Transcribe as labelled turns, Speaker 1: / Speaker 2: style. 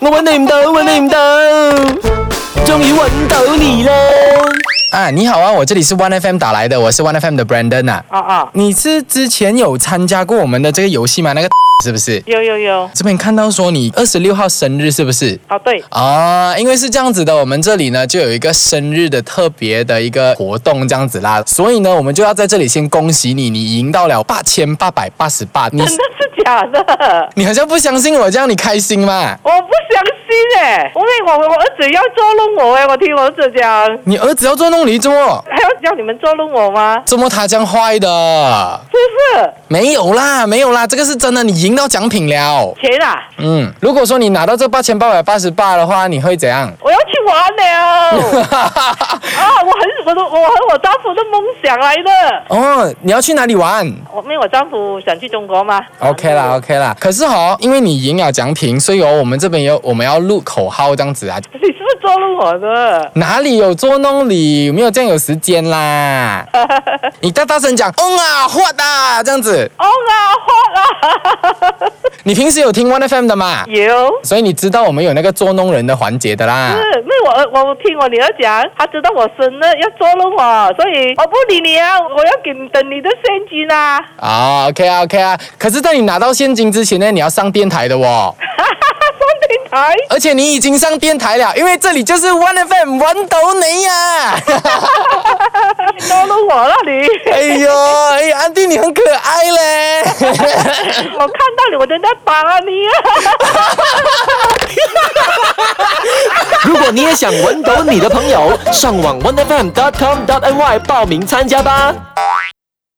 Speaker 1: 我揾你唔到，揾你唔到，终于揾到你啦！
Speaker 2: 啊，你好啊，我这里是 One FM 打来的，我是 One FM 的 Brandon 啊。
Speaker 3: 哦哦，
Speaker 2: 你是之前有参加过我们的这个游戏吗？那个 是不是？
Speaker 3: 有有有，
Speaker 2: 这边看到说你二十六号生日是不是？
Speaker 3: 哦对，
Speaker 2: 啊，因为是这样子的，我们这里呢就有一个生日的特别的一个活动这样子啦，所以呢，我们就要在这里先恭喜你，你赢到了八千八百八十 八，你
Speaker 3: 真的是假的？
Speaker 2: 你好像不相信我，这样你开心吗？
Speaker 3: 我不相信哎、因为我我儿子要捉弄我哎、我听我儿子讲，
Speaker 2: 你儿子要捉弄你，怎么
Speaker 3: 还要叫你们捉弄我吗？
Speaker 2: 怎么他这样坏的？
Speaker 3: 是不
Speaker 2: 没有啦，没有啦，这个是真的，你赢到奖品了。
Speaker 3: 是？钱啊，
Speaker 2: 嗯，如果说你拿到这八千八百八十八的话，你会怎样？
Speaker 3: 我要去玩 了啊！我很我都我和我丈夫的梦想来的。
Speaker 2: 哦，你要去哪里玩
Speaker 3: 我因为我丈夫想去中国嘛。
Speaker 2: ？OK 啦，OK 啦。可是哦，因为你赢了奖品，所以哦，我们这边有我们要录口号这样子啊。
Speaker 3: 你是不是捉弄我的？
Speaker 2: 哪里有捉弄你？有没有这样有时间啦？你大大声讲，嗡啊，豁啊，这样子。
Speaker 3: 哦啊，花啊！
Speaker 2: 你平时有听 One FM 的嘛？
Speaker 3: 有。
Speaker 2: 所以你知道我们有那个捉弄人的环节的啦。
Speaker 3: 是，因为我儿我听我女儿讲，她知道我生日要捉弄我，所以我不理你啊，我要给你等你的现金啊！
Speaker 2: 啊、o k 啊，OK 啊。可是，在你拿到现金之前呢，你要上电台的哦。
Speaker 3: 哈哈哈，上天台，
Speaker 2: 而且你已经上电台了，因为这里就是 One FM 玩斗你呀、
Speaker 3: 你捉弄我了你！
Speaker 2: 哎呦，哎呀，安迪你很可爱嘞。
Speaker 3: 我看到你，我真的打你啊！
Speaker 1: 如果你也想揾到你的朋友，上网 onefm.com.ny 报名参加吧。